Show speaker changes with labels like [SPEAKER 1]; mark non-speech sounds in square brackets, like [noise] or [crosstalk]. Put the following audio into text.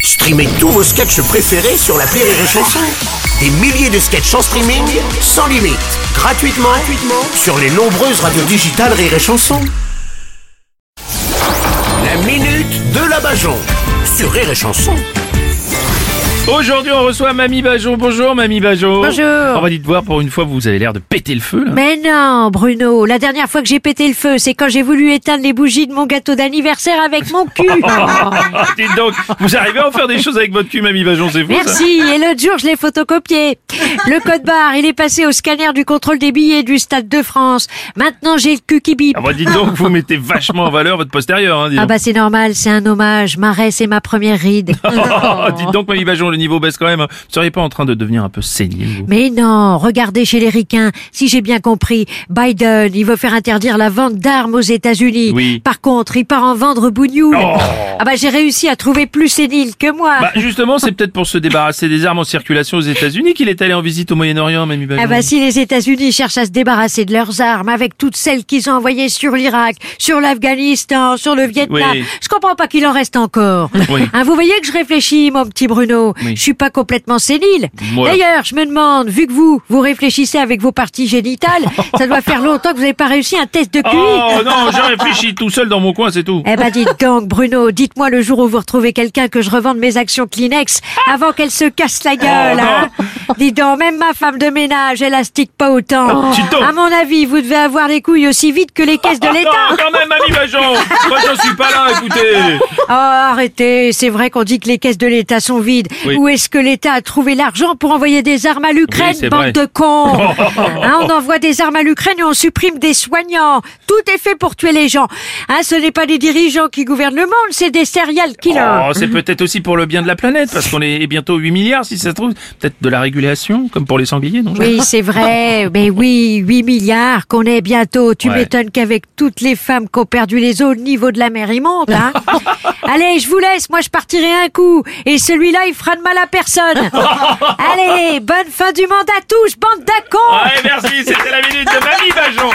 [SPEAKER 1] Streamez tous vos sketchs préférés sur la Rire et Chanson. Des milliers de sketchs en streaming, sans limite, gratuitement, gratuitement sur les nombreuses radios digitales Rire et Chanson. La minute de la Bajon sur Rire et Chanson.
[SPEAKER 2] Aujourd'hui, on reçoit Mamie Bajon. Bonjour, Mamie Bajon.
[SPEAKER 3] Bonjour.
[SPEAKER 2] On va te voir pour une fois, vous avez l'air de péter le feu, là.
[SPEAKER 3] Mais non, Bruno, la dernière fois que j'ai pété le feu, c'est quand j'ai voulu éteindre les bougies de mon gâteau d'anniversaire avec
[SPEAKER 2] [laughs]
[SPEAKER 3] mon cul.
[SPEAKER 2] [laughs] Ah, dites donc, vous arrivez à en faire des choses avec votre cul, Mamie Bajon, c'est fou, ça.
[SPEAKER 3] Merci, et l'autre jour, je l'ai photocopié. Le code barre, il est passé au scanner du contrôle des billets du Stade de France. Maintenant, j'ai le cul qui bip.
[SPEAKER 2] Ah, bah, dites donc, vous mettez vachement en valeur votre postérieur, hein, dis
[SPEAKER 3] Ah
[SPEAKER 2] donc.
[SPEAKER 3] bah c'est normal, c'est un hommage. Marais, c'est ma
[SPEAKER 2] [laughs]
[SPEAKER 3] première ride.
[SPEAKER 2] Ah, dites donc, Mamie Bajon, le niveau baisse quand même. Vous seriez pas en train de devenir un peu sénile, vous
[SPEAKER 3] Mais non, regardez chez les ricains, si j'ai bien compris, Biden, il veut faire interdire la vente d'armes aux États-Unis.
[SPEAKER 2] Oui.
[SPEAKER 3] Par contre, il part en vendre bougnoule.
[SPEAKER 2] Oh.
[SPEAKER 3] Ah bah j'ai réussi à trouver plus sénile que moi.
[SPEAKER 2] Bah, justement, c'est peut-être pour se débarrasser des armes en circulation aux États-Unis qu'il est allé en visite au Moyen-Orient, Mamie Bajon.
[SPEAKER 3] Ah bah si les États-Unis cherchent à se débarrasser de leurs armes avec toutes celles qu'ils ont envoyées sur l'Irak, sur l'Afghanistan, sur le Vietnam,
[SPEAKER 2] Oui.
[SPEAKER 3] je comprends pas qu'il en reste encore.
[SPEAKER 2] Oui.
[SPEAKER 3] [laughs] Hein, vous voyez que je réfléchis, mon petit Bruno.
[SPEAKER 2] Oui.
[SPEAKER 3] Je suis pas complètement sénile.
[SPEAKER 2] Voilà.
[SPEAKER 3] D'ailleurs, je me demande, vu que vous, vous réfléchissez avec vos
[SPEAKER 2] [laughs]
[SPEAKER 3] parties génitales, ça doit faire longtemps que vous n'avez pas réussi un test de QI.
[SPEAKER 2] Oh, non, j'ai réfléchi tout seul dans mon coin, c'est tout.
[SPEAKER 3] Eh ben dites donc, Bruno, dites-moi le jour où vous retrouvez quelqu'un que je revende mes actions Kleenex avant qu'elle se casse la gueule.
[SPEAKER 2] Oh.
[SPEAKER 3] hein. Dites donc, même ma femme de ménage, elle astique pas autant.
[SPEAKER 2] Oh, dites donc.
[SPEAKER 3] À mon avis, vous devez avoir les couilles aussi vite que les caisses de l'État.
[SPEAKER 2] [laughs] Non, quand même, Mamie Bajon. Moi, j'en suis pas là, écoutez.
[SPEAKER 3] Oh, arrêtez, c'est vrai qu'on dit que les caisses de l'État sont vides.
[SPEAKER 2] Oui.
[SPEAKER 3] Où est-ce que l'État a trouvé l'argent pour envoyer des armes à l'Ukraine,
[SPEAKER 2] Oui, c'est vrai.
[SPEAKER 3] bande de
[SPEAKER 2] [laughs]
[SPEAKER 3] cons Hein, On envoie des armes à l'Ukraine et on supprime des soignants. Tout est fait pour tuer les gens. Hein, ce n'est pas des dirigeants qui gouvernent le monde, c'est des serial killers.
[SPEAKER 2] Oh, c'est peut-être aussi pour le bien de la planète, parce qu'on est bientôt 8 milliards, si ça se trouve. Peut-être de la régulation, comme pour les sangliers, non
[SPEAKER 3] Oui, c'est vrai. Mais oui, 8 milliards qu'on est bientôt. Tu
[SPEAKER 2] Ouais.
[SPEAKER 3] m'étonnes qu'avec toutes les femmes qui ont perdu les os, le niveau de la mer, il monte. Hein Allez, je vous laisse. Moi, je partirai un coup. Et celui-là, il fera de mal à personne. Allez, bonne fin du monde à tous, bande d'acons
[SPEAKER 2] Ouais, merci, c'était la minute de Mamie Bajon